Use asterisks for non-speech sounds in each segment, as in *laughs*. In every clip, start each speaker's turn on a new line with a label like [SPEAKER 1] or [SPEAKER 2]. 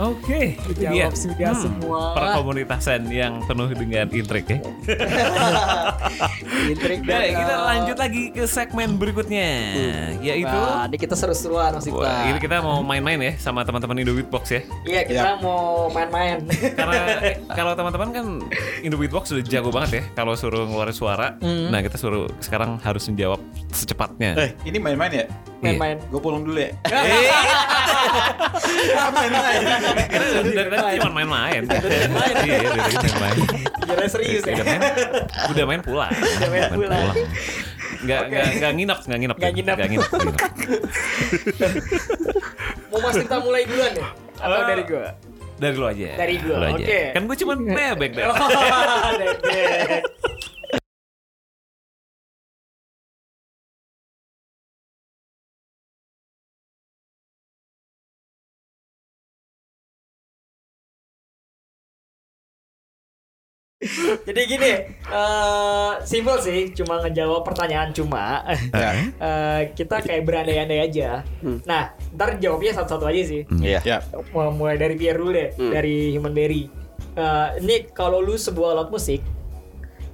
[SPEAKER 1] Oke, itu dia. Hmm.
[SPEAKER 2] Jawab sudah semua.
[SPEAKER 1] Perkomunitasan yang penuh dengan intrik ya.
[SPEAKER 2] Intrik
[SPEAKER 1] Dan
[SPEAKER 2] banget.
[SPEAKER 1] kita lanjut lagi ke segmen berikutnya, yaitu
[SPEAKER 2] Wah, ini kita seru-seruan Mas Iqbal.
[SPEAKER 1] Wah, ini kita mau main-main ya sama teman-teman Indo Beatbox ya.
[SPEAKER 2] Iya, kita mau main-main.
[SPEAKER 1] Karena *laughs* eh, kalau teman-teman kan Indo Beatbox sudah jago banget ya kalau suruh ngeluarin suara. Nah, kita suruh sekarang harus menjawab secepatnya. Iya.
[SPEAKER 3] Eh, ini main-main ya?
[SPEAKER 2] main-main.
[SPEAKER 3] Gue pulang dulu ya.
[SPEAKER 1] Eh,
[SPEAKER 3] main-main.
[SPEAKER 1] kita dari tadi cuma main-main. Iya, dari tadi main-main.
[SPEAKER 2] Kira serius
[SPEAKER 1] Iya,
[SPEAKER 2] ya.
[SPEAKER 1] Udah main, udah main pulang. Udah
[SPEAKER 2] main pulang.
[SPEAKER 1] Nggak, nggak, nggak nginep, nggak nginep.
[SPEAKER 2] Nggak nginep.
[SPEAKER 1] Nggak nginep. nggak nginep.
[SPEAKER 2] Mau Mas kita mulai duluan ya? Atau dari gua?
[SPEAKER 1] Dari lu aja.
[SPEAKER 2] Dari gua,
[SPEAKER 1] Lu aja.
[SPEAKER 2] oke. Oh.
[SPEAKER 1] Kan gue cuma bebek deh.
[SPEAKER 2] Dedek. Jadi gini, eh simpel sih, cuma ngejawab pertanyaan cuma. Eh, kita kayak berandai-andai aja. Nah, ntar jawabnya satu-satu aja sih.
[SPEAKER 3] Iya. Ya.
[SPEAKER 2] Mau mulai dari Pierre dulu deh,
[SPEAKER 1] Hmm.
[SPEAKER 2] dari Human Berry. Eh, ini kalau lu sebuah alat musik,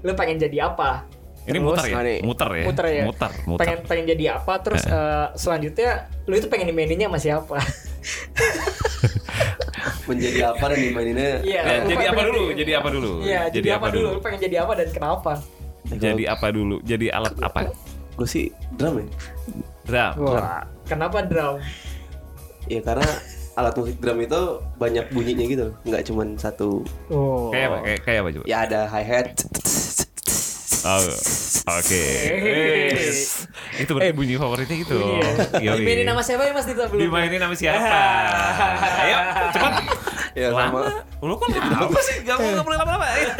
[SPEAKER 2] lu pengen jadi apa?
[SPEAKER 1] Ini
[SPEAKER 2] Terus-
[SPEAKER 1] muter ya?
[SPEAKER 4] mari.
[SPEAKER 1] Muter ya?
[SPEAKER 2] Muter ya.
[SPEAKER 1] Muter, muter.
[SPEAKER 2] Pengen pengen jadi apa? Terus eh, selanjutnya lu itu pengen dimaininnya sama siapa?
[SPEAKER 4] menjadi apa dan dimaininnya
[SPEAKER 2] Iya.
[SPEAKER 1] Ya, jadi
[SPEAKER 2] lu pengen
[SPEAKER 1] apa
[SPEAKER 2] pengen
[SPEAKER 1] dulu?
[SPEAKER 2] jadi-
[SPEAKER 1] Jadi apa dulu?
[SPEAKER 2] Iya, jadi, apa, dulu? Lu pengen jadi apa dan kenapa?
[SPEAKER 1] Jadi apa dulu? Jadi alat apa?
[SPEAKER 4] gue sih drum ya
[SPEAKER 1] Drum.
[SPEAKER 2] Wah, kenapa drum?
[SPEAKER 4] ya karena alat musik drum itu banyak bunyinya gitu nggak cuman satu
[SPEAKER 2] Oh.
[SPEAKER 1] Kayak apa? Kayak, kayak apa coba?
[SPEAKER 4] ya ada hi hat
[SPEAKER 1] Oh, Oke.
[SPEAKER 2] Hey.
[SPEAKER 1] Yes. Itu berarti bunyi favoritnya gitu.
[SPEAKER 2] *laughs* Iya.
[SPEAKER 1] Yoi.
[SPEAKER 2] Dimainin nama siapa ya Mas Dita belum?
[SPEAKER 1] Dimainin sama
[SPEAKER 2] *laughs*
[SPEAKER 1] siapa? Ayo, cepat.
[SPEAKER 4] ya
[SPEAKER 1] Lama.
[SPEAKER 4] sama
[SPEAKER 1] Lu kok Iya. apa sih? Gak mau boleh lama-lama. Ayo.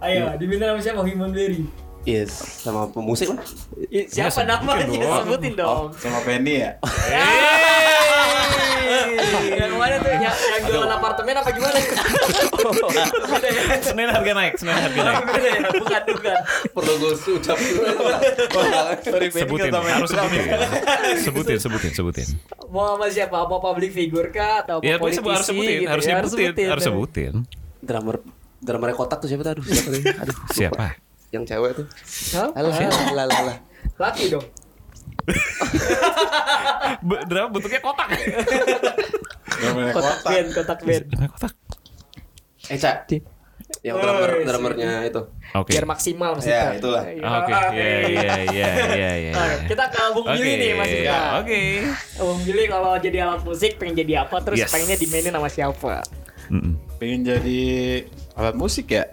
[SPEAKER 2] Ayo, dimainin nama siapa Human Berry?
[SPEAKER 4] yes iya, sama pemusik lah
[SPEAKER 2] Ih, Siapa
[SPEAKER 1] sebutin
[SPEAKER 2] namanya?
[SPEAKER 1] dong.
[SPEAKER 2] Sebutin
[SPEAKER 3] Oh,
[SPEAKER 2] Iya, dong.
[SPEAKER 3] sama Penny ya?
[SPEAKER 2] Hey. Yang mana tuh? Yang, yang jualan apartemen apa gimana? Beda ya?
[SPEAKER 1] Senin harga naik, Senin harga naik.
[SPEAKER 2] Beda ya? Bukan, bukan.
[SPEAKER 4] *laughs* perlu gue ucap
[SPEAKER 3] *laughs* Sorry, Penny
[SPEAKER 1] Sebutin,
[SPEAKER 3] nggak tahu main
[SPEAKER 1] harus
[SPEAKER 3] drum
[SPEAKER 1] sebutin.
[SPEAKER 3] ya?
[SPEAKER 1] Sebutin, sebutin, sebutin.
[SPEAKER 2] Mau sama siapa? Mau public figure kah? Atau mau
[SPEAKER 1] Ya, pokoknya
[SPEAKER 2] politisi?
[SPEAKER 1] sebut- harus sebutin,
[SPEAKER 2] gitu
[SPEAKER 1] harus
[SPEAKER 2] ya?
[SPEAKER 1] sebutin, harus sebutin.
[SPEAKER 4] drummer drummer kotak tuh siapa tuh aduh siapa tuh aduh lupa.
[SPEAKER 1] Siapa?
[SPEAKER 4] yang cewek tuh
[SPEAKER 2] Hah?
[SPEAKER 4] alah alah alah, alah
[SPEAKER 2] Laki dong.
[SPEAKER 1] Be- Drum bentuknya kotak.
[SPEAKER 3] Nggak boleh
[SPEAKER 2] Kotak
[SPEAKER 3] kotak.
[SPEAKER 2] band, kotak band.
[SPEAKER 1] Bentuknya kotak.
[SPEAKER 4] eh Ca. yang drummer
[SPEAKER 2] Oh, iya sih.
[SPEAKER 4] drummernya itu
[SPEAKER 1] Oke.
[SPEAKER 2] Biar maksimal Mas Dita.
[SPEAKER 3] Ya, itulah.
[SPEAKER 2] Iya.
[SPEAKER 1] Oke, iya, iya, iya, iya, iya.
[SPEAKER 2] Oke, Kita ke Bung Billy nih Mas
[SPEAKER 1] Oke, Ya,
[SPEAKER 2] Dita.
[SPEAKER 1] Oke.
[SPEAKER 2] Bung Billy kalau jadi alat musik pengen jadi apa? Terus
[SPEAKER 1] Yes.
[SPEAKER 2] pengennya dimainin sama siapa?
[SPEAKER 1] Mm-mm.
[SPEAKER 3] Pengen jadi alat musik
[SPEAKER 1] *laughs*
[SPEAKER 3] ya?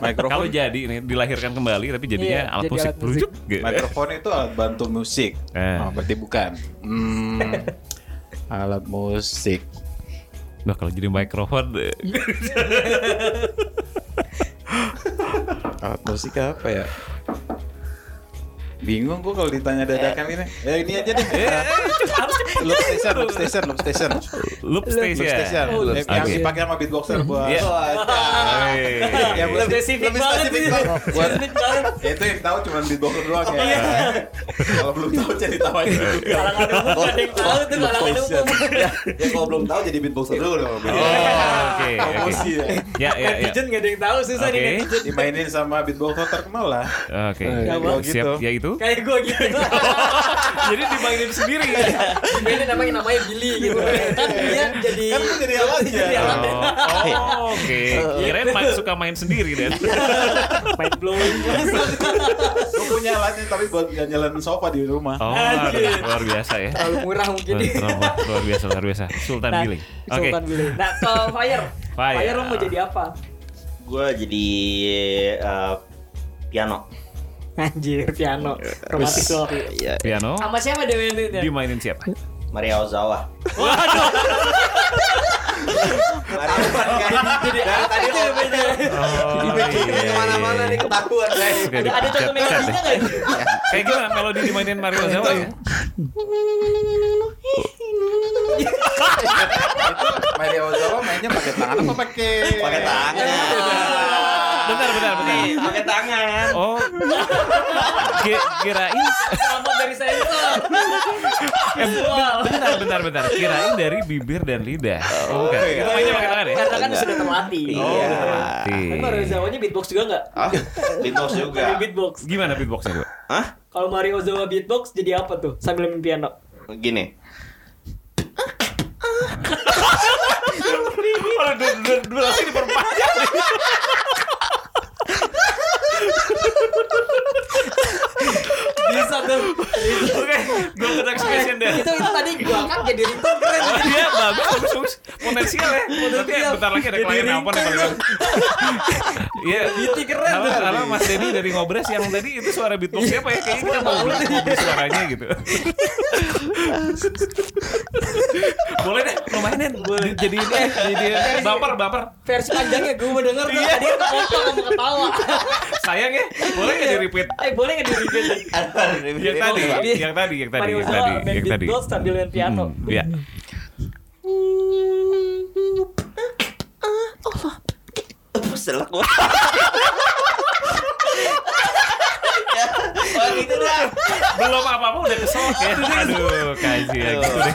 [SPEAKER 1] Kalau
[SPEAKER 3] Mikrofon.
[SPEAKER 1] jadi nih dilahirkan kembali tapi jadinya
[SPEAKER 2] Iya,
[SPEAKER 1] alat
[SPEAKER 2] jadi
[SPEAKER 1] musik
[SPEAKER 2] alat musik.
[SPEAKER 1] Berujuk gitu.
[SPEAKER 3] Mikrofon itu alat bantu musik.
[SPEAKER 1] Eh.
[SPEAKER 3] Oh, berarti bukan. Hmm, alat musik.
[SPEAKER 1] Nah, kalau jadi mikrofon eh,
[SPEAKER 3] Alat musik apa ya? Bingung gua kalau ditanya dadakan
[SPEAKER 4] Eh.
[SPEAKER 3] ini. Ya ini aja deh.
[SPEAKER 1] Eh.
[SPEAKER 3] Loop station, loop station, loop station.
[SPEAKER 1] loop
[SPEAKER 3] Loop station.
[SPEAKER 1] station.
[SPEAKER 2] Oh, loop
[SPEAKER 3] Yang yang
[SPEAKER 1] station.
[SPEAKER 3] Iya. dipakai sama beatboxer buat.
[SPEAKER 1] Iya. Oh,
[SPEAKER 3] Oh, aja.
[SPEAKER 1] Hey.
[SPEAKER 3] Ya,
[SPEAKER 2] Lebih
[SPEAKER 3] lebih-
[SPEAKER 2] spesifik
[SPEAKER 3] lebih
[SPEAKER 2] banget
[SPEAKER 3] spesifik
[SPEAKER 2] ini.
[SPEAKER 3] banget. Buat-
[SPEAKER 2] Spesifik banget.
[SPEAKER 3] Ya, itu yang tahu cuma beatboxer doang
[SPEAKER 1] Oh,
[SPEAKER 3] ya.
[SPEAKER 1] iya.
[SPEAKER 3] Kalau belum tahu jadi tahu aja. dulu.
[SPEAKER 2] Kalangan umum gak ada yang tahu tuh kalangan umum.
[SPEAKER 4] ya kalau belum tahu jadi beatboxer dulu dong
[SPEAKER 1] Oh, oke. Oke.
[SPEAKER 3] Emosi ya.
[SPEAKER 1] Ya, ya, ya.
[SPEAKER 2] Netizen gak ada yang tahu susah nih
[SPEAKER 1] Oke.
[SPEAKER 2] netizen.
[SPEAKER 3] Dimainin sama beatboxer terkenal lah.
[SPEAKER 1] Oke.
[SPEAKER 3] Ya, kalau
[SPEAKER 1] Siap,
[SPEAKER 3] gitu.
[SPEAKER 1] ya itu.
[SPEAKER 2] Kayak gue gitu.
[SPEAKER 1] Jadi dipanggil sendiri.
[SPEAKER 2] Dimainin namanya namanya Billy gitu. Kan dia jadi
[SPEAKER 3] Kan gua jadi alat ya.
[SPEAKER 2] Jadi alat ya.
[SPEAKER 1] Oh, oke. Kirain main suka main sendiri dan.
[SPEAKER 2] Mind blowing.
[SPEAKER 3] Gue punya alatnya tapi buat jalan sofa di rumah.
[SPEAKER 1] Oh, luar, luar biasa ya.
[SPEAKER 2] Terlalu murah mungkin.
[SPEAKER 1] Luar, luar- luar biasa, luar biasa. Sultan
[SPEAKER 2] Nah,
[SPEAKER 1] Billing. Oke.
[SPEAKER 2] Sultan Billy. Nah, kalau Fire.
[SPEAKER 1] Fire.
[SPEAKER 2] Fire lu mau jadi apa?
[SPEAKER 5] Gue jadi eh, piano.
[SPEAKER 2] Anjir, piano. Romantis loh.
[SPEAKER 1] Piano.
[SPEAKER 2] Sama siapa dia maininnya?
[SPEAKER 1] Dimainin
[SPEAKER 2] *laughs*
[SPEAKER 1] siapa?
[SPEAKER 5] Maria Ozawa.
[SPEAKER 2] Jadi tadi itu yang beda.
[SPEAKER 1] Oh, iya,
[SPEAKER 4] kemana-mana
[SPEAKER 1] iya.
[SPEAKER 4] nih ketahuan deh
[SPEAKER 1] Suka
[SPEAKER 2] Ada ada
[SPEAKER 1] dipecat-pecat
[SPEAKER 2] contoh melodinya
[SPEAKER 1] deh.
[SPEAKER 2] nggak?
[SPEAKER 1] Kayak gimana melodi dimainin Mario Zawa ya?
[SPEAKER 3] Mario Ozawa mainnya pakai tangan apa pakai?
[SPEAKER 5] Pakai tangan.
[SPEAKER 1] Bentar, bentar, bentar.
[SPEAKER 5] Nih, Pakai tangan.
[SPEAKER 1] Oh, Ki- kirain
[SPEAKER 2] Selamat dari sensor. Visual.
[SPEAKER 1] bentar, bentar, bentar. Kirain dari bibir dan lidah. Oh, bukan. Kita mainnya pakai tangan ya? Oh,
[SPEAKER 2] Karena kan sudah terlatih.
[SPEAKER 5] Iya.
[SPEAKER 2] Tapi Mario Ozawa nya beatbox juga nggak?
[SPEAKER 5] *laughs* Ah, Beatbox juga.
[SPEAKER 2] Sambil beatbox.
[SPEAKER 1] Gimana beatboxnya gue?
[SPEAKER 5] Hah?
[SPEAKER 2] Kalau Mario Ozawa beatbox jadi apa tuh? Sambil main piano.
[SPEAKER 5] Gini.
[SPEAKER 1] Kalau durasi diperpanjang.
[SPEAKER 2] Bisa tuh.
[SPEAKER 1] Oke, gue ke next question deh.
[SPEAKER 2] itu itu tadi gua kan jadi ringtone keren.
[SPEAKER 1] Iya, bagus, bagus, bagus. Potensial ya. Nanti ya, bentar lagi ada klien nelfon yang paling Iya,
[SPEAKER 2] Beauty keren
[SPEAKER 1] Halo,
[SPEAKER 2] tuh.
[SPEAKER 1] halo Mas Dedi dari Ngobres yang tadi itu suara beatbox siapa ya? Kayaknya kita mau beli ngobres suaranya gitu. Boleh deh, lumayan deh. Jadi ini jadi baper baper.
[SPEAKER 2] Versi panjangnya gua mau denger tuh. Tadi kepotong sama ketawa.
[SPEAKER 1] Sayang ya, boleh nggak di repeat?
[SPEAKER 2] Eh boleh nggak di-repeat?
[SPEAKER 1] Yang
[SPEAKER 5] *laughs*
[SPEAKER 1] tadi, yang tadi, yang tadi,
[SPEAKER 2] Mario
[SPEAKER 1] yang
[SPEAKER 2] Ozawa
[SPEAKER 1] tadi,
[SPEAKER 2] main
[SPEAKER 1] yang tadi.
[SPEAKER 2] beatbox sambil main piano.
[SPEAKER 1] Hmm, Iya.
[SPEAKER 5] Apa selak gua? Oh gitu dah.
[SPEAKER 1] belum apa-apa udah kesel ya. Aduh, kasihan gitu deh.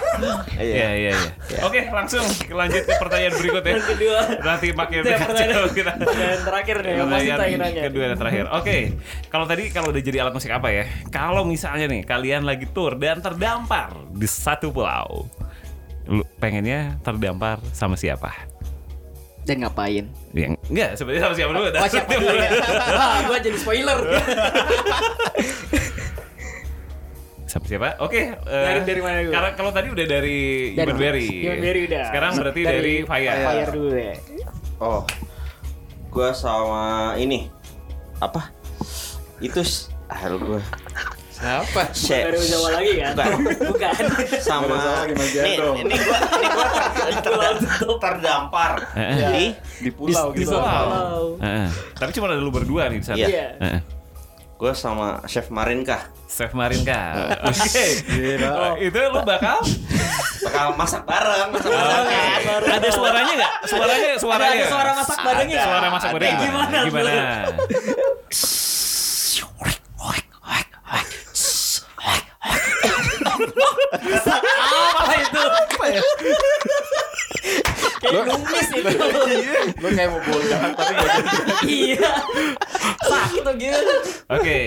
[SPEAKER 1] Iya, iya, iya. Oke, langsung lanjut ke pertanyaan berikut ya.
[SPEAKER 2] Yang kedua.
[SPEAKER 1] Nanti makin
[SPEAKER 2] Itu yang
[SPEAKER 1] kacau
[SPEAKER 2] pertanyaan-
[SPEAKER 1] kita.
[SPEAKER 2] pertanyaan terakhir nih, yang masih tanya
[SPEAKER 1] Pertanyaan
[SPEAKER 2] nanya.
[SPEAKER 1] kedua dan terakhir. Oke, kalau tadi kalau udah jadi alat musik apa ya? Kalau misalnya nih kalian lagi tour dan terdampar di satu pulau, lu pengennya terdampar sama siapa?
[SPEAKER 2] Dan ngapain?
[SPEAKER 1] Yang enggak sebenarnya sama siapa dulu?
[SPEAKER 2] Wah Oh, siapa dulu ya? Wah gua jadi spoiler.
[SPEAKER 1] Sama siapa? Oke. eh,
[SPEAKER 2] Dari- dari mana dulu?
[SPEAKER 1] Karena kalau tadi udah dari
[SPEAKER 2] Dari-
[SPEAKER 1] Iman Berry.
[SPEAKER 2] Iman Berry udah.
[SPEAKER 1] Sekarang berarti dari, Fire.
[SPEAKER 2] Fire dulu ya. deh.
[SPEAKER 5] Oh. Gua sama ini. Apa? Itu s- ah lu gua.
[SPEAKER 3] Siapa?
[SPEAKER 5] *laughs* Shit.
[SPEAKER 2] Baru Jawa lagi kan?
[SPEAKER 5] Bukan.
[SPEAKER 2] Bukan.
[SPEAKER 5] sama
[SPEAKER 3] Baru sama lagi Mas
[SPEAKER 5] ini
[SPEAKER 3] Jando.
[SPEAKER 5] ini gua ini
[SPEAKER 2] *laughs*
[SPEAKER 5] gua ter- ter- terdampar
[SPEAKER 1] Heeh.
[SPEAKER 5] di
[SPEAKER 3] Di pulau
[SPEAKER 1] Di
[SPEAKER 3] gitu.
[SPEAKER 1] pulau.
[SPEAKER 2] Wow.
[SPEAKER 1] Heeh. Tapi cuma ada lu berdua nih di sana.
[SPEAKER 5] Iya.
[SPEAKER 2] Iya.
[SPEAKER 1] Heeh.
[SPEAKER 5] gua sama chef Marinkah
[SPEAKER 1] Chef Marinka. *laughs* Oke.
[SPEAKER 3] Gila.
[SPEAKER 1] Oh, itu lu bakal
[SPEAKER 5] bakal masak bareng masak bareng
[SPEAKER 1] Oke.
[SPEAKER 5] kan?
[SPEAKER 1] ada suaranya nggak? Suaranya suaranya.
[SPEAKER 2] Ada- ada suara masak barengnya.
[SPEAKER 1] Suara masak
[SPEAKER 5] Ada.
[SPEAKER 1] bareng. Gimana?
[SPEAKER 2] Gimana tuh?
[SPEAKER 1] Gimana?
[SPEAKER 2] Apa itu? Kayak numis itu.
[SPEAKER 3] Lu kayak mau bolang tapi gak jadi.
[SPEAKER 2] Iya. Sakit tuh gitu.
[SPEAKER 1] Oke.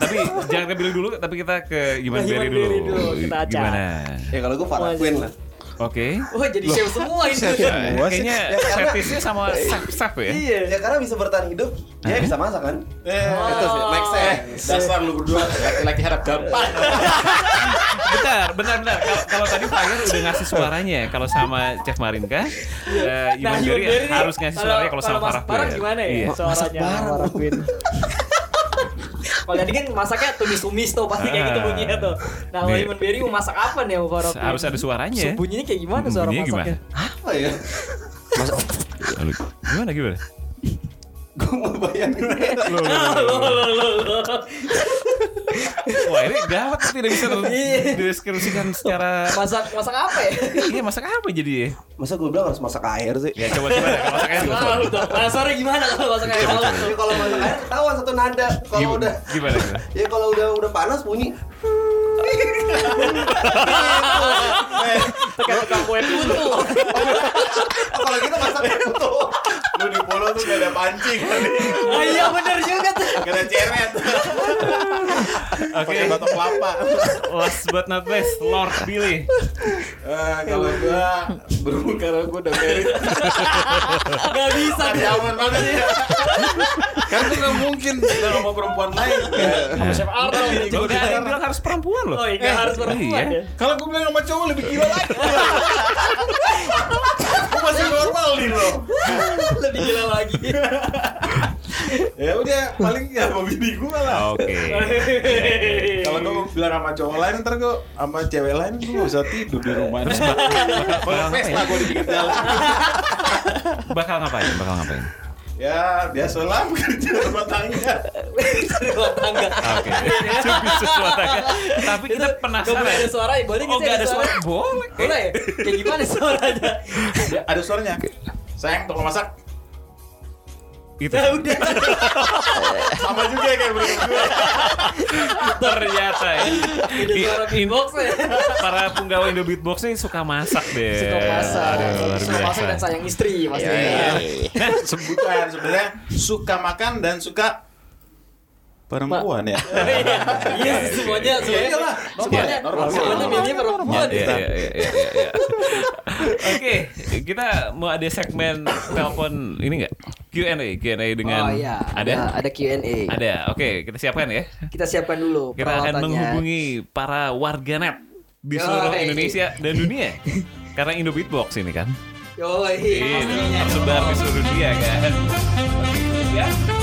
[SPEAKER 1] Tapi jangan ke Billy dulu, tapi kita ke Iman
[SPEAKER 2] Nah, Iman
[SPEAKER 1] Berry
[SPEAKER 2] Berry
[SPEAKER 1] dulu.
[SPEAKER 2] dulu, kita acak.
[SPEAKER 1] Gimana?
[SPEAKER 4] Ya kalau gue Farah
[SPEAKER 2] Wajib.
[SPEAKER 4] Queen lah.
[SPEAKER 1] Oke.
[SPEAKER 2] Wah jadi chef semua ini.
[SPEAKER 3] Semua sih.
[SPEAKER 1] Kayaknya
[SPEAKER 4] Ya, karena-
[SPEAKER 1] setisnya sama chef-chef ya.
[SPEAKER 2] Iya.
[SPEAKER 4] Ya karena bisa bertahan hidup, dia bisa masak kan?
[SPEAKER 3] Eh,
[SPEAKER 4] Itu sih,
[SPEAKER 1] Oh.
[SPEAKER 4] make sense.
[SPEAKER 1] Nah,
[SPEAKER 3] dasar lu berdua laki-laki harap gampang.
[SPEAKER 1] Bentar, bentar, bentar. Kalau- Kalau tadi Fire udah ngasih suaranya, ya, kalau sama Chef Marinka, eh Iman Berry harus ngasih suaranya kalau sama Farah
[SPEAKER 2] Farah
[SPEAKER 1] Quinn.
[SPEAKER 2] gimana ya
[SPEAKER 1] Iya.
[SPEAKER 2] suaranya? Farah Quinn. *laughs* Kalau tadi kan masaknya tumis-tumis tuh pasti kayak gitu
[SPEAKER 1] Ah.
[SPEAKER 2] bunyinya tuh. Nah, kalau
[SPEAKER 1] Nih.
[SPEAKER 2] Iman Berry mau masak apa nih sama Farah Quinn?
[SPEAKER 1] Harus ada suaranya.
[SPEAKER 2] So, Bunyinya kayak gimana suara
[SPEAKER 1] Bunyinya
[SPEAKER 2] masaknya?
[SPEAKER 4] Apa ya?
[SPEAKER 1] Lalu, gimana gimana?
[SPEAKER 4] Gue mau bayangin.
[SPEAKER 1] Loh, loh,
[SPEAKER 2] Ah,
[SPEAKER 1] loh,
[SPEAKER 2] Lo
[SPEAKER 1] loh.
[SPEAKER 2] lo lo lo.
[SPEAKER 1] Wah ini gawat tidak bisa
[SPEAKER 2] Iya.
[SPEAKER 1] dideskripsikan secara
[SPEAKER 2] Masak masak apa
[SPEAKER 1] *laughs*
[SPEAKER 2] ya?
[SPEAKER 1] iya masak apa jadi ya?
[SPEAKER 4] Masa gue bilang harus masak air sih?
[SPEAKER 1] Ya coba coba kalau masak air
[SPEAKER 2] Salah lu dong. Nah, suaranya gimana kalau masak kayak salah tuh?
[SPEAKER 4] Ya, kalau masak air ketahuan satu
[SPEAKER 3] Iya,
[SPEAKER 4] nada. Kalau udah
[SPEAKER 1] Gimana? gimana?
[SPEAKER 4] ya kalau udah udah panas bunyi.
[SPEAKER 3] eh.
[SPEAKER 2] Tekan tukang kue putu.
[SPEAKER 4] Kalau
[SPEAKER 3] gitu
[SPEAKER 4] kita masak air tuh.
[SPEAKER 3] Lu di pulau tuh gak ada pancing.
[SPEAKER 2] Oh iya benar juga tuh.
[SPEAKER 3] Gak ada ceret.
[SPEAKER 1] Oke,
[SPEAKER 3] Pakai batok kelapa.
[SPEAKER 1] last but not least, Lord Billy.
[SPEAKER 3] Eh, kalau gua berhubung karena gua udah married.
[SPEAKER 2] Gak bisa tuh.
[SPEAKER 3] Nyaman banget ya. Kan gua gak mungkin udah sama perempuan lain.
[SPEAKER 2] Sama Chef Arnold.
[SPEAKER 1] Udah ada yang bilang harus perempuan loh.
[SPEAKER 2] Oh iya nggak harus perempuan
[SPEAKER 1] Iya.
[SPEAKER 2] ya. *laughs*
[SPEAKER 3] Kalau gua bilang sama cowok lebih gila lagi. Gua masih normal nih lo.
[SPEAKER 2] Lebih gila lagi.
[SPEAKER 3] Ya udah paling ya sama bini gua lah.
[SPEAKER 1] Oke.
[SPEAKER 2] *laughs*
[SPEAKER 3] Kalau gue bilang sama cowok lain ntar gue sama cewek lain gue gak bisa tidur di rumah. Terus
[SPEAKER 1] bakal ngapain?
[SPEAKER 3] gue di pinggir jalan.
[SPEAKER 1] Bakal ngapain? Bakal ngapain?
[SPEAKER 3] Ya biasalah bekerja rumah tangga.
[SPEAKER 2] Rumah tangga. *laughs*
[SPEAKER 1] Oke. Cumi sesuatanya. Tapi kita
[SPEAKER 2] Itu
[SPEAKER 1] penasaran.
[SPEAKER 2] nggak boleh ada suara ya? Boleh
[SPEAKER 1] Oh,
[SPEAKER 2] nggak sih
[SPEAKER 1] nggak ada suara. Boleh.
[SPEAKER 2] Boleh ya? Kayak gimana suaranya?
[SPEAKER 3] Ya, ada suaranya. Sayang tolong masak.
[SPEAKER 1] Itu.
[SPEAKER 2] Nah,
[SPEAKER 1] udah.
[SPEAKER 5] Sama juga ya kayak mereka berdua.
[SPEAKER 1] Ternyata ya.
[SPEAKER 2] Jadi suara beatbox
[SPEAKER 1] Iya,
[SPEAKER 2] ya.
[SPEAKER 1] Para penggawa Indo Beatbox ini suka masak deh.
[SPEAKER 2] Suka masak.
[SPEAKER 1] Aduh, luar biasa.
[SPEAKER 2] Suka
[SPEAKER 1] Iya, Nah,
[SPEAKER 2] masak dan sayang istri pasti.
[SPEAKER 3] Sebutan sebenarnya suka makan dan suka perempuan ya.
[SPEAKER 2] Iya, semuanya semuanya
[SPEAKER 3] Iyalah,
[SPEAKER 2] Semuanya
[SPEAKER 3] normal.
[SPEAKER 2] Semuanya milihnya perempuan.
[SPEAKER 1] Iya, iya, iya, iya, iya, iya. *laughs* Oke, kita mau ada segmen telepon ini nggak? Q&A, Q&A dengan
[SPEAKER 6] oh iya,
[SPEAKER 1] Nah, ada?
[SPEAKER 6] ada Q&A.
[SPEAKER 1] Ada. Oke, kita siapkan ya.
[SPEAKER 6] Kita siapkan dulu
[SPEAKER 1] Kita akan
[SPEAKER 6] peralatannya.
[SPEAKER 1] menghubungi para warganet di seluruh
[SPEAKER 6] Yoi.
[SPEAKER 1] Indonesia dan
[SPEAKER 6] *laughs*
[SPEAKER 1] dunia. Karena Indo Beatbox ini kan.
[SPEAKER 6] Yoi.
[SPEAKER 1] Iya, tersebar di seluruh dunia kan. Oke, ya.